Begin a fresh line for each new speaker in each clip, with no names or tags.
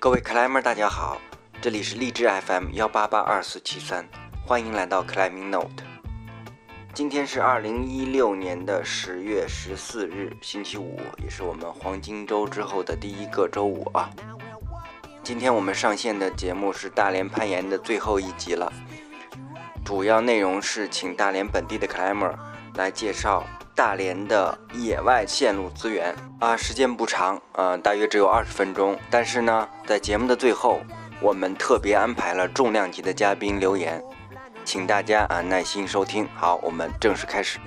各位克莱们儿，大家好，这里是荔枝 FM 幺八八二四七三，欢迎来到 Climbing Note。今天是二零一六年的十月十四日，星期五，也是我们黄金周之后的第一个周五啊。今天我们上线的节目是大连攀岩的最后一集了，主要内容是请大连本地的 climber 来介绍大连的野外线路资源啊、时间不长，呃，大约只有二十分钟。但是呢，在节目的最后，我们特别安排了重量级的嘉宾留言，请大家啊耐心收听。好，我们正式开始。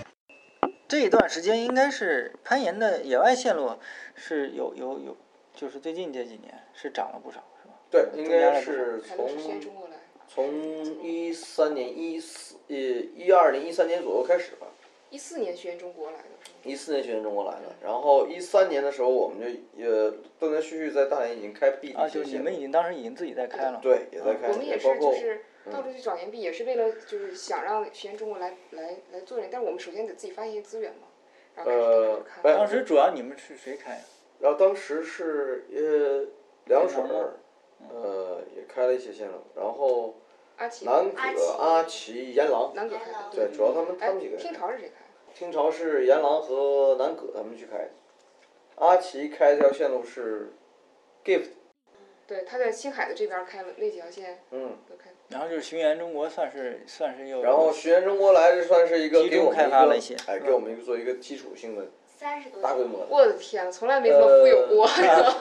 这一段时间应该是攀岩的野外线路是有有有，就是最近这几年是涨了不少，是吧？
对，应该是
还能
从
是先中国来？
从一三年一四呃一二年一三年左右开始吧，
一四年学中国来的是吗？
一四年学生中国来的，然后一三年的时候我们就呃断断续续在大连已经开辟了
啊，
一些
就是你
线
们
路，
已经当时嗯已经自己在开了，
对，也在开，
我们也
包
是，就
括
是
嗯
到处去找岩壁，也是为了就是想让学员中国来来来做人，但是我们首先得自己发现资源嘛，然后开始
呃
开
哎
始看。
当时主要你们是谁开呀、
然后当时是呃凉水
南门
儿，
嗯
呃也开了一些线路，然后
阿奇、
南
阿
葛、
奇
阿奇、岩狼，
南葛开的，
对，主要他们他
哎
们几个，人
听。潮是谁开的？
清朝是严狼和南葛他们去开的，阿奇开这条线路是 Gift，
对，他在青海的这边开了那几条线
嗯，
都开。
然后就是寻源中国算是算是又
然后学员中国来这算是一个
集中
给我们
开发
个
了一些
哎，
嗯
给我们一个做一个基础性的
三十多
大规模的。
我的天啊，从来没这么富有过。
呃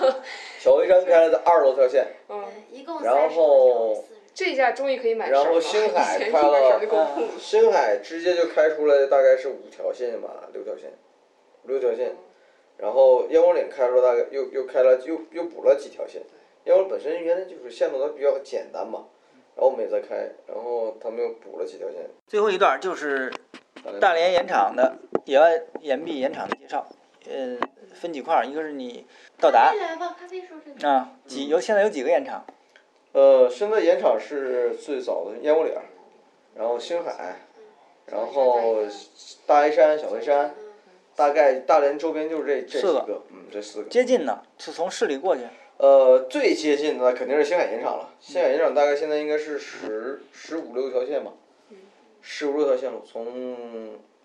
小围山开了的二楼条线，
嗯，
一共
然
三十多
后
条，
这一下终于可以买
然
绳
后
了。
星海
以前一
开了
买绳就够
嗯
了。
星海直接就开出来大概是五条线吧，六条线，六条
嗯
线。然后烟火岭开出来大概又又开了又又补了几条线，烟火岭本身原来就是线路它比较简单嘛，
嗯
然后我们也在开，然后他们又补了几条线。
最后一段就是
连
大连岩场的野外岩壁岩场的介绍，呃，分几块儿，一个是你到达
咖啡来吧，咖啡说这个。
啊，几有现在有几个岩场？
呃，深圳盐场是最早的烟火岭，然后星海，然后大黑山、小黑山，大概大连周边就是这这
四
几
个
个，嗯，这四个。
接近呢，是从市里过去，
呃，最接近的肯定是星海盐场了。星海盐场大概现在应该是十十五六条线吧，十五六条线路，从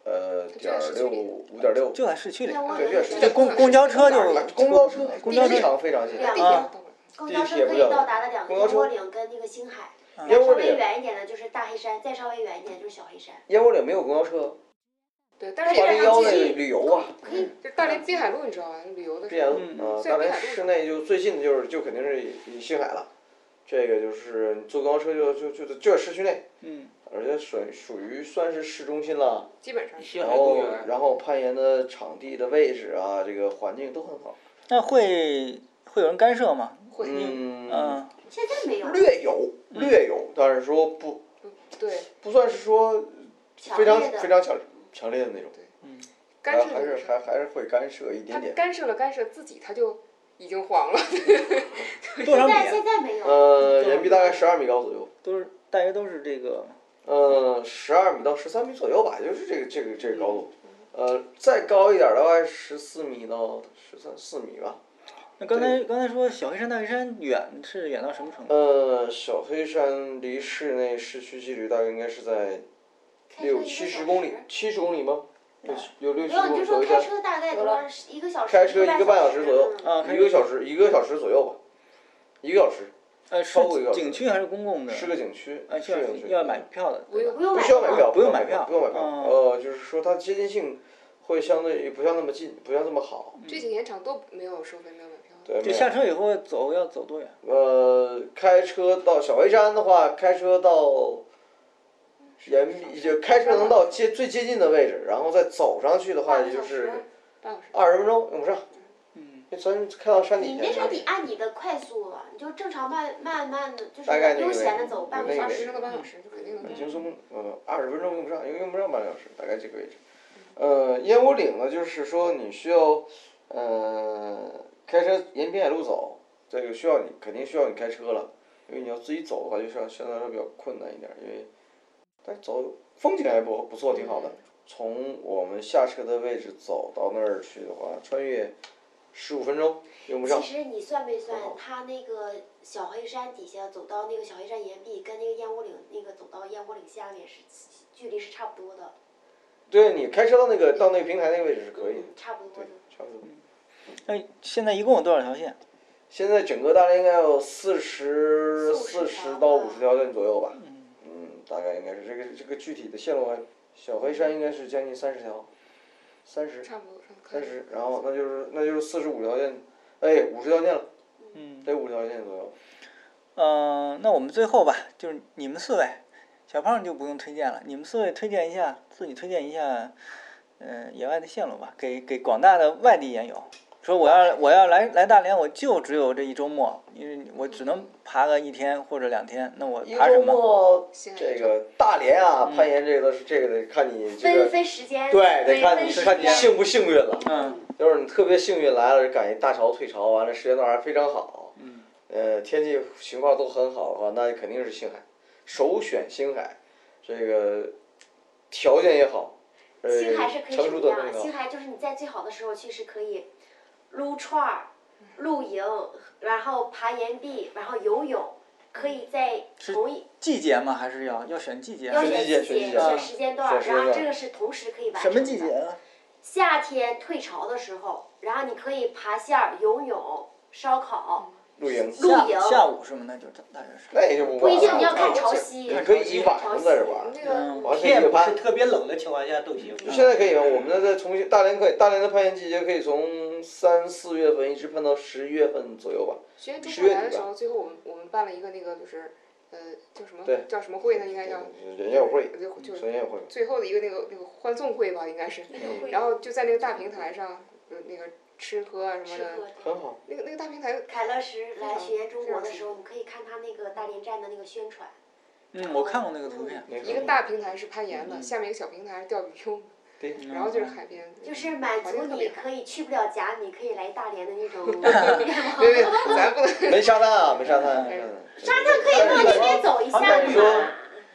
呃
这
点
个是
六
距离
五点六，
就在市区里。
那我
对越是
这公公交车就
公交车
公交车
非常非常近。
地铁
啊
到不了
公交车可以到达的两个
公交
烟
车
火岭跟那个星海，
烟
稍
火
微
岭
远一点的就是大黑山，再稍微远一点就是小黑山。
烟火岭没有公交车，
对，但是
八零
也是
幺
很
那
近。
旅游啊，
可以
就大连滨海路，你知道吧？旅游的
滨海路
嗯
啊，
虽
大
然
连
滨海路
市内就最近的就是就肯定是以星海了，这个就是你坐公交车就就就就在市区内，
嗯，
而且属于属于算是市中心了。
基本上
西
然
海
后
公园，
然后攀岩的场地的位置啊，这个环境都很好。
那会会有人干涉吗？
会，
嗯，
嗯，
现在没有
略有略有，但是说不
嗯对，
不算是说
强
非常
烈的，
非常强强烈的那种，
嗯干涉
还
就是是
还还是会干涉一
他
点点。
干涉了干涉自己，他就已经黄了。
多少
现
米
在
啊？
现在没有。
呃，岩壁大概十二米高左右，
都是大约都是这个
呃，十二米到十三米左右吧，就是这个这个这个高度。
嗯
呃，再高一点儿大概十四米到十三四米吧。
那刚才刚才说小黑山、大黑山远是远到什么程度？
呃，小黑山离市内市区距离大概应该是在六七十公里，七十公里吗？有有六
没
七
有，
十
你
公
就
里
说
左右
开
在，
车大概多少时？一个小时，
开车
一
一
个
个半小时左右
嗯
啊，开
一个小时一个小时左右吧。一个小时
呃，是
超过一个小时
景区还是公共的？
是个景区，
呃，需
是
要
个景区，
要买票的。啊
我有
不用
不
买
需要买票，
不用买
票，
票
不用买票。
嗯
呃，就是说它接近性会相对不像那么近，不像那么好。
这几年场都没有收费，没有买票。
对，
就
没有
下车以后走要走多远？
呃，开车到小黑山的话，开车到岩壁，就开车能到接最接近的位置，然后再走上去的话，
半
也
个
就
小时
是。
半小时。
二十分钟用不上。
嗯，
咱开到山
你
底
那时
下
候。得按你的快速啊，你就正常慢慢慢的，就是
大概那个
悠闲的走半个
那
小
个
时
十。个半小时就肯定能
很
到
轻松，呃，二十分钟用不上，因为用不上半个小时，大概这个位置。呃，烟火岭呢，就是说你需要，呃，开车沿滨海路走，这个需要你肯定需要你开车了，因为你要自己走的话，就相相对来说比较困难一点，因为，但是走风景还不不
嗯
错，挺好的。从我们下车的位置走到那儿去的话，穿越十五分钟用不上
其。哎实你算没算
不好，
它那个小黑山底下走到那个小黑山岩壁，跟那个燕窝岭那个走到燕窝岭下面是距离是差不多的，
对你开车到那个到那个平台那个位置是可以的
嗯，，差不多
对
的。，
差不多。
那现在一共有多少条线？
现在整个大概应该有四十四
40
十
条
到
吧
五十条线左右吧，嗯，大概应该是这个这个具体的线路还，小黑山应该是将近三十条，三十
差不多，差不多可
三
以
十，然后那就是那就是四十五条线，哎，五十条线了，
嗯，
得五十条线左右。
呃，那我们最后吧，就是你们四位，小胖就不用推荐了，你们四位推荐一下，自己推荐一下，嗯、野外的线路吧，给给广大的外地研友。说我要我要来来大连，我就只有这一周末，因为我只能爬个一天或者两天，那我
一
爬什
周
么？
末
行
这个大连啊，
嗯
攀岩这个是这个得看你这
分
个，
分时间，
对，得看
分
你
时
看你
间
幸不幸运了。
嗯
就是你特别幸运来了，赶一大潮退潮，完了时间段还非常好，
嗯
呃，天气情况都很好的话，那肯定是星海，首选星海，这个条件也好，呃
星海是，可以
成
什
熟
么
度
样？
更高
星。海就是你在最好的时候去是可以撸串儿、
嗯
露营，然后爬岩壁，然后游泳，可以在同一
季节吗？还是要要选季节？啊
要
选
选
季节
季节、
选季节
选时间段
选
儿，
时间
然后
段儿
这个是同时可以完
什
成
么
的。
季节啊？
夏天退潮的时候，然后你可以爬线儿、游泳、烧烤，
露营，
露
下
营
下午什么的，就大概是。
那也嗯就不
不
晚
一
了
定你要看
你
潮汐，
可以一晚
潮
上
汐
在这玩
我
儿
们。那
嗯
个
完了
天
夜
不是
攀。
特别冷的情况下都行。
现在可以吗？我们那在重新大连可以，大连的攀岩季节可以从三四月份一直攀到十一月份左右吧。
学中
十
国
月
来的
底
时
吧
候，最后我们我们办了一个那个就是呃叫什么
对
叫什么会呢？应该叫
嗯人家有会，
就
人家有会。
最后的一个那个那个欢送会吧，应该是。然后就在那个大平台上，呃，那个吃喝啊什么
吃喝
的，
的。
很好，
那个那个大平台，
凯乐石来学研中国的
非常
时候，你可以看他那个大连站的那个宣传，
嗯，我看过那个图片。
那
一个大平台是攀岩的，
嗯
下面一个小平台是钓鱼用的，
对，
然后就是海边。
就是满足
环境特别
你
好
可以去不了甲米，可以来大连的那种
对对，咱不能。
没沙滩啊，没沙滩，没沙滩。
沙滩可以往那边走一下
旁边
有
嘛。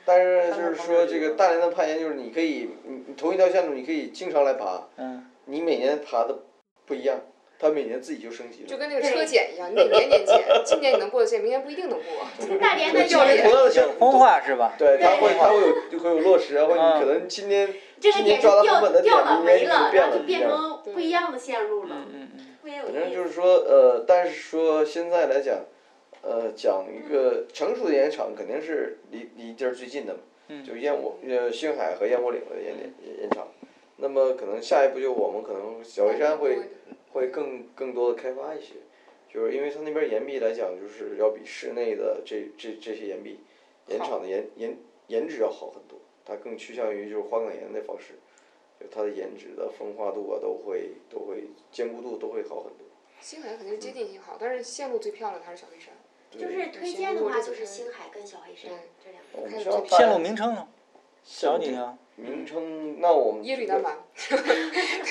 但是就是说，这个大连的攀岩就是你可以，你你同一条线路你可以经常来爬，
嗯，
你每年爬的不一样，它每年自己就升级
就
了。
跟那个车检一样，你得年年检， 今年你能过的线，明年不一定能过。
大连的
教练同
有
样的线路，
风化是吧？
对，它会
对
它会有就会有落实，然后
嗯
你可能今天
这个
今天
点
抓到
掉
他们的点
掉了
明年
没
就
了，
变
然后
了
就变
一样。
成不一样的线路了，
嗯嗯
特别有
反正
意
就是
思。
说，呃，但是说现在来讲，呃，讲一个成熟的岩场肯定是离离地儿最近的嘛，就烟火呃星海和烟火岭的岩点岩岩场。那么可能下一步就我们可能小黑山会会更更多的开发一些，就是因为它那边岩壁来讲，就是要比室内的这这这些岩壁岩场的岩岩岩质要好很多，它更趋向于就是花岗岩的方式，就它的岩质的风化度啊都会都会坚固度都会好很多。
星海肯定是接近性好，但是线路最漂亮的还是小黑山。
就是
嗯
推荐的话，就是星海跟小黑山这两
我
个。
们
看
需要
这
线路名称呢？
小
几条？
名称，那我们
耶律丹蛮，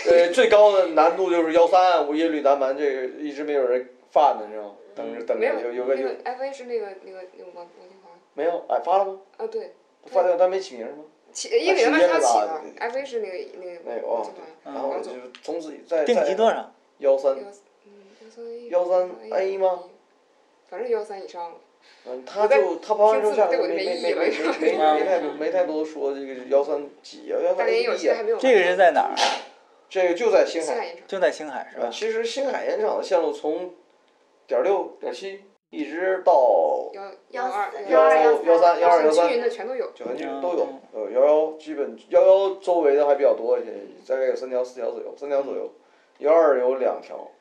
呃，最高的难度就是幺三，我耶律南蛮这个一直没有人发呢，你知道吗？等着等
没有
着有有 个
那
有
个 F A 是那个那个那个王王金华
没有哎发了吗？
啊，对，
发掉但没起名吗？
起耶律丹蛮他起的，F A 是那个那
那
个
个
王
哦
金，华，
然后
王
就
总，
是从此再
定级多少？
幺三，
嗯，幺三 A，
幺三 A 吗？
反正幺三以上了。
嗯，他就他爬完之后下来
听
没
字对我就
没没没
没意义了
没没没太多没太多说这个幺三几啊，幺
大
三
连
A
有现在还
呀，
没有。
这个是在哪儿啊？
这个就在星
星
海
海。演唱。
就在星海是吧
啊，？其实星海盐场的线路从点六、点七一直到
幺
幺
二
四
幺
二
幺幺三幺二幺
均
三
匀的全都有。
九环区
嗯
都有。呃，幺幺基本幺幺周围的还比较多一些，大概有三条、四条左右，三条左右。幺二有两条，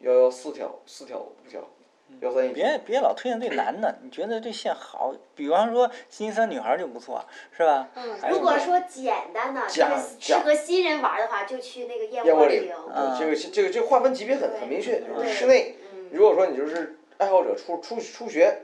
幺幺四条、四条、五条，幺三一条。
别别老推荐对男的，你觉得这线好？比方说星期三女孩就不错，是吧？
嗯，
还有
如果说简单的，就
假
是适
假
合新人玩的话，就去那个燕
燕窝嗯
窝
岭
岭。，
啊
对，这个这个这个划分级别很很明确，就是
对
室内。
嗯
如果说你就是爱好者初初初学，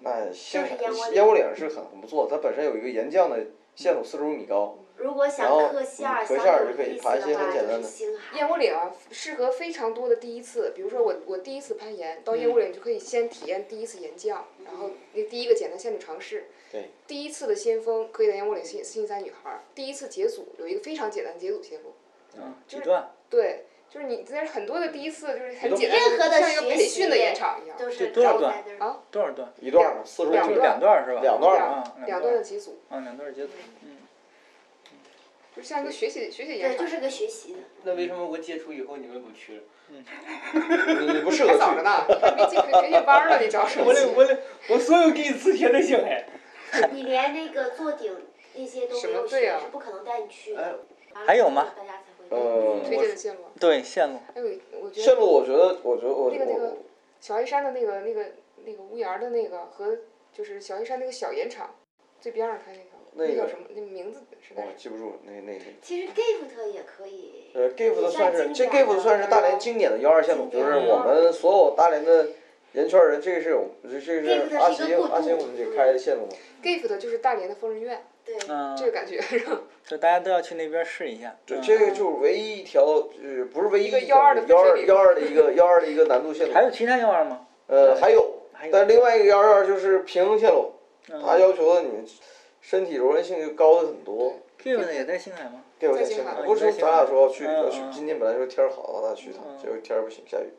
那星海
就是燕窝岭
燕窝岭是很很不错的，它本身有一个岩浆的线路，四十五米高。
如果想
然后
刻线儿，
嗯刻
想
线儿
有
就可以
意思
爬一些
话
很简单的
就是星海。
燕窝岭啊，适合非常多的第一次。比如说我我第一次攀岩，到燕窝岭就可以先体验第一次岩降，然后那第一个简单线路尝试。
对。
第一次的先锋可以在燕窝岭新新三女孩儿，第一次解组有一个非常简单的解组先锋。
嗯，几段？
对，就是你在很多的第一次就是很
都
简单，
任何的
像一个
学
培训的
习
演场一样，
都是
多少
高
段
材生
啊
多少段？
一段嘛，四十五
就是
两
两段是吧？
两段
啊，
两段
段
的几组，
啊，两段儿截图。嗯，
就是像一个学习学习演
对，
场
就，是个学习的。
那为什么我接触以后你们不去了？
你你不适合
还
去。
早着呢，你还没进培训班了，你找什么
我
去
得？我得我所有给你词全都行哎。
你连那个坐顶那些都没有
什么对
学，
啊
是不可能带你去
哎
的。完了
还有吗
大家才会
呃，
推荐的线路啊，
对，线路
还有我觉
线
得
路我觉得，我觉得我
那个那个
我
小黑山的那个那个那个屋檐儿的那个和就是小黑山那个小盐场最边上开那条，
那个
叫什么？那名字实在
我
是
记不住那那那。
其实 gift 也可以。
呃，GIF 的
也
算是这
经典
GIF
的
算是大连经典的幺二线路，就是我们所有大连的人圈人，这个是有这这个是阿
这个是一
杰
个过渡
阿杰我们得开的线路嘛。
gift 就是大连的疯人院，
对，
嗯
这，个感觉是 吧？
就大家都要去那边试一下。
对，
嗯
这个就是唯一一条，呃，不是唯一
一个
条
122的
幺二
分水岭
幺二的一个幺二的一个难度线
还
路，
有其他幺二吗？
呃，还有
还，有
但另外一个幺二就是平衡线路，
嗯
它要求的你身体柔韧性就高了很多。
Q 呢也在星海吗？
这有
在
点
青
辛
海
苦，不是咱俩说要去要去
嗯嗯，
今天本来说天儿好，咱俩去一趟，
嗯
结果天儿不行，下雨。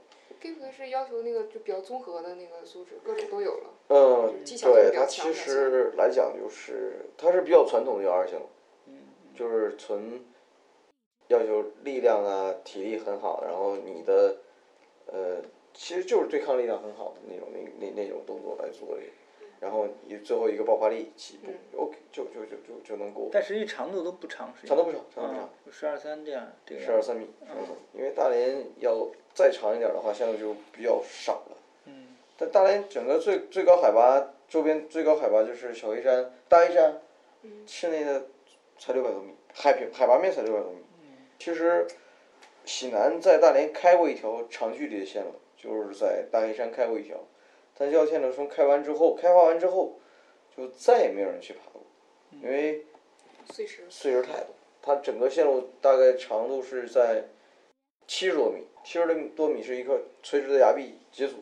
gift 是要求那个就比较综合的那个素质，各种都有了。
嗯，
技巧性
对
比较
它
强
其
的
实来讲就是，它是比较传统的幺二型，
嗯
就是纯要求力量啊、体力很好，然后你的呃，其实就是对抗力量很好的那种那那那种动作来做的，然后你最后一个爆发力起
嗯
步、o k 就就就就就能过，
但实际长度都不长，
长度不长，长度不长
啊，，就十二三这样，这个
十二三米，十二三，因为大连要再长一点的话，现在就比较少了。
嗯，
但大连整个最最高海拔周边最高海拔就是小黑山、大黑山，室内的才六百多米，海平海拔面才六百多米。其实，喜南在大连开过一条长距离的线路，就是在大黑山开过一条，但这条线路从开完之后，开发完之后，就再也没有人去爬过，因为
碎石，
碎石太多。它整个线路大概长度是在七十多米，七十多米是一个垂直的崖壁解组。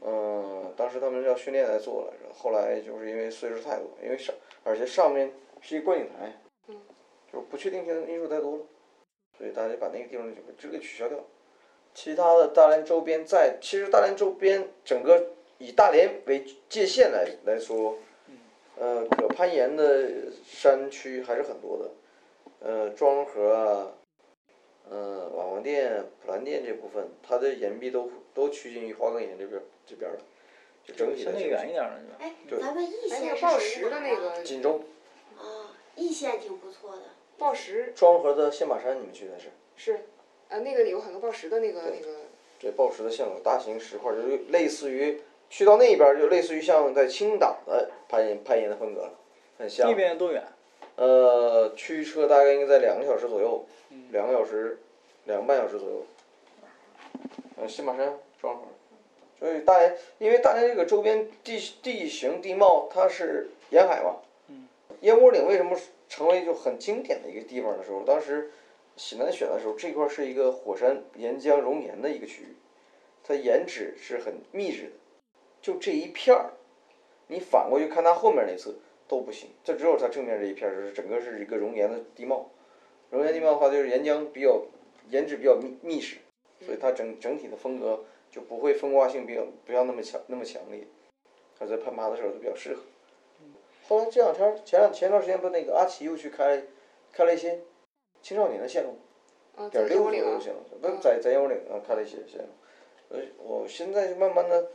嗯，当时他们要训练来做来着，后来就是因为碎石太多，因为上而且上面是一观景台，
嗯，
就是不确定性因素太多了，所以大家就把那个地方就直接取消掉。其他的大连周边在，其实大连周边整个以大连为界限来来说，
嗯
呃，可攀岩的山区还是很多的，呃，庄河啊，呃，瓦王店、普兰店这部分，它的岩壁都都趋近于花岗岩这边这边了，就整体
相
的
对
形
远
式
一点了是吧？
哎
对，
咱们易
哎，那
线
个
是
报
谁
时的
拿
那
的
个
锦州
哦，易线挺不错的。
报时
庄河的线马山，你们去的是？
是，呃，那个有很多报时的那个那个，
对，暴石的线路，大型石块，就是类似于去到那边，就类似于像在青岛的攀岩攀岩的风格了，很像
那。边多远？
呃，驱车大概应该在两个小时左右，两个小时，两个半小时左右。呃，新马山庄河，所以大连，因为大连这个周边地地形地貌，它是沿海嘛。嗯。燕窝岭为什么成为就很经典的一个地方的时候，当时喜南选的时候，这块是一个火山岩浆熔岩的一个区域，它岩质是很密质的，就这一片儿，你反过去看它后面那侧都不行，这只有它正面这一片儿就是整个是一个熔岩的地貌，熔岩地貌的话就是岩浆比较岩质比较密密实，所以它整整体的风格就不会风化性比较不要那么强那么强烈，它在攀爬的时候就比较适合。嗯后来这两天儿前两前段时间不那个阿奇又去开开了一些青少年的线路，
嗯，
点
在
儿六
幺
左
零
右
啊，
线路，不是在在幺零啊开了一些线路，所以我现在就慢慢的，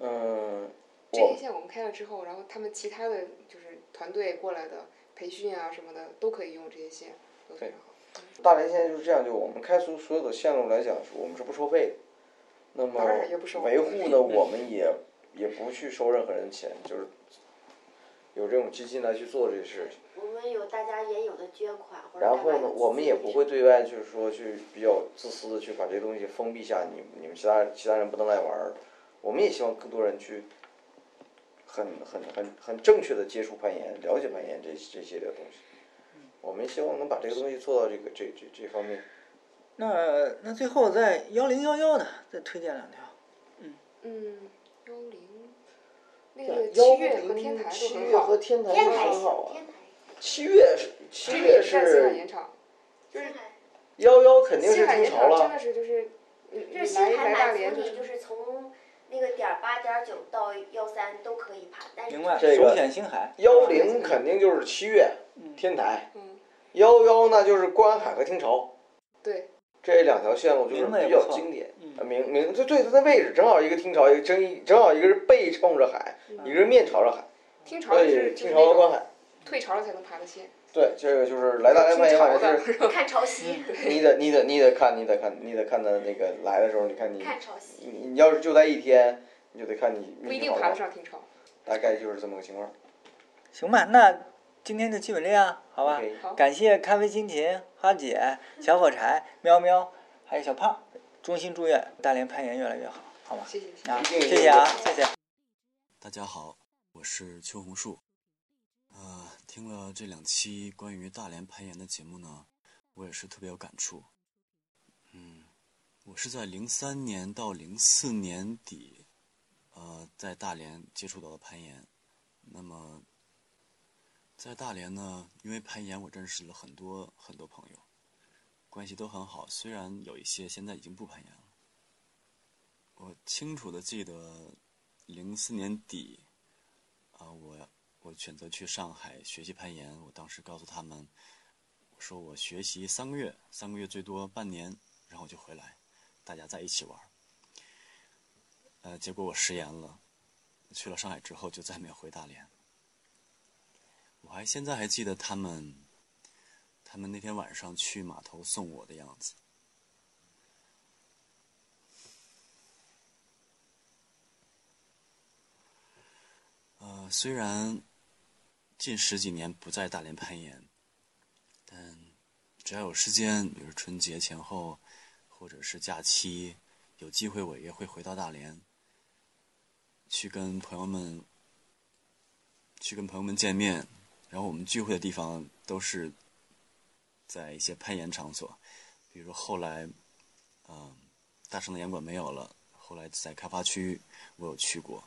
嗯、
这
我
一线我们开了之后，然后他们其他的就是团队过来的培训啊什么的都可以用这些线，都非常好。
大连现在就是这样，就我们开出所有的线路来讲，是我们是不收费的。那么
当然也不收
维护呢，我们也也不去收任何人钱，就是有这种基金来去做这些事情。
我们有大家原有的捐款或者
然
干嘛
后
的
呢，我们也不会对外就是说去比较自私的去把这东西封闭下，你你们其他其他人不能来玩儿。我们也希望更多人去很很很很正确的接触攀岩，了解攀岩这这些的东西。我们希望能把这个东西做到这个这这这方面。
那呃那最后在幺零幺幺的再推荐两条，
嗯，幺零，那
对
个
幺
七月和天
零七
台都
月和，
很好
天台
天
都
台
很好
行，
啊
天。台
七月是七
这个
月
也是在青海
是
盐场，就是
行，
幺幺肯定
西
是
海
出
沿
潮
长真
了，
的是就是，你
就是
你
新
来
海
来大
满
连
足
就是
你，就是从那个点儿八点儿九到幺三都可以爬，但是
明白，
这个
首选星海，
幺零肯定就是七月天台，
嗯
幺幺那就是观海和听潮。
对，
这两条线路就是
名字也
比
不
较
错
经典，
嗯
呃明明就对它的位置正好一个听潮，一个正一正好一个是背冲着海，一个是面朝着海，
听潮
所
嗯就
以
是就
听
是
潮
那
和观
种
海。
退潮了才能爬的线，
对，这个就是来大连攀岩，
挺
反
潮的
正是
看潮汐，
你得你得你得看你得看你得看它那个来的时候，你看你
看潮汐。
你你要是就待一天，你就得看你
不一
运
定
气好
爬得
好，
上听潮。
大概就是这么个情况。
行吧，那今天就基本这样，好吧
OK
好
感谢咖啡心情、花姐、小火柴、喵喵，还有小胖，衷心祝愿大连攀岩越来越好，好吗？
谢谢谢谢。
啊，
一定
谢谢啊，
一
谢
定
谢。
大家好，我是邱红树。呃，听了这两期关于大连攀岩的节目呢，我也是特别有感触。嗯，我是在零三年到零四年底，呃，在大连接触到了攀岩。那么，在大连呢，因为攀岩，我认识了很多很多朋友，关系都很好。虽然有一些现在已经不攀岩了，我清楚的记得零四年底，啊、我我选择去上海学习攀岩。我当时告诉他们，我说我学习三个月，三个月最多半年，然后我就回来，大家在一起玩儿。呃，结果我食言了，去了上海之后就再没有回大连。我还现在还记得他们，他们那天晚上去码头送我的样子。呃，虽然近十几年不在大连攀岩，但只要有时间，比如春节前后，或者是假期，有机会我也会回到大连，去跟朋友们去跟朋友们见面。然后我们聚会的地方都是在一些攀岩场所，比如后来，嗯、呃大圣的岩馆没有了，后来在开发区我有去过。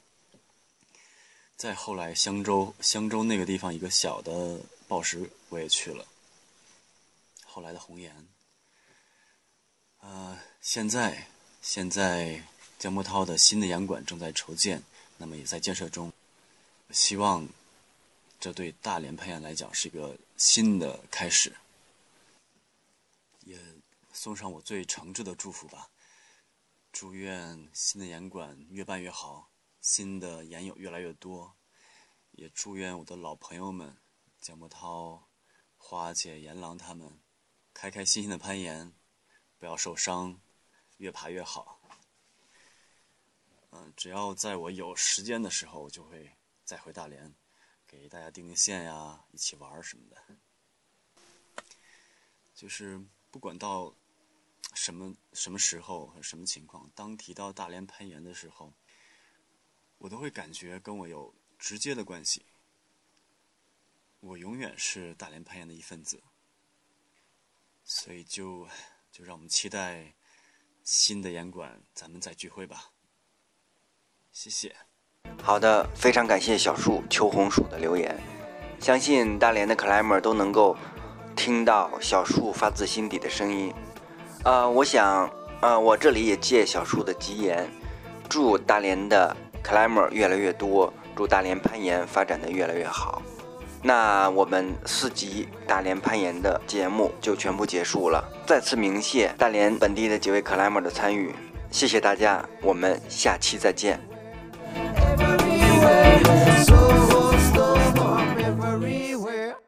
再后来，香洲香洲那个地方一个小的报时我也去了，后来的红岩，呃，现在现在江波涛的新的洋馆正在筹建，那么也在建设中，希望这对大连攀岩来讲是一个新的开始，也送上我最诚挚的祝福吧，祝愿新的岩馆越办越好。新的研友越来越多，也祝愿我的老朋友们蒋波涛、花姐、严狼他们开开心心的攀岩，不要受伤，越爬越好。嗯、只要在我有时间的时候，我就会再回大连，给大家定定线呀，一起玩儿什么的。就是不管到什么什么时候和什么情况，当提到大连攀岩的时候，我都会感觉跟我有直接的关系。我永远是大连攀岩的一份子，所以就就让我们期待新的岩馆，咱们再聚会吧。谢谢。
好的，非常感谢小树秋红薯的留言，相信大连的 climber 都能够听到小树发自心底的声音。呃，我想，呃，我这里也借小树的吉言，祝大连的 climber 越来越多，祝大连攀岩发展的越来越好。那我们四集大连攀岩的节目就全部结束了，再次鸣谢大连本地的几位 climber 的参与，谢谢大家，我们下期再见。
everywhere. So stop everywhere.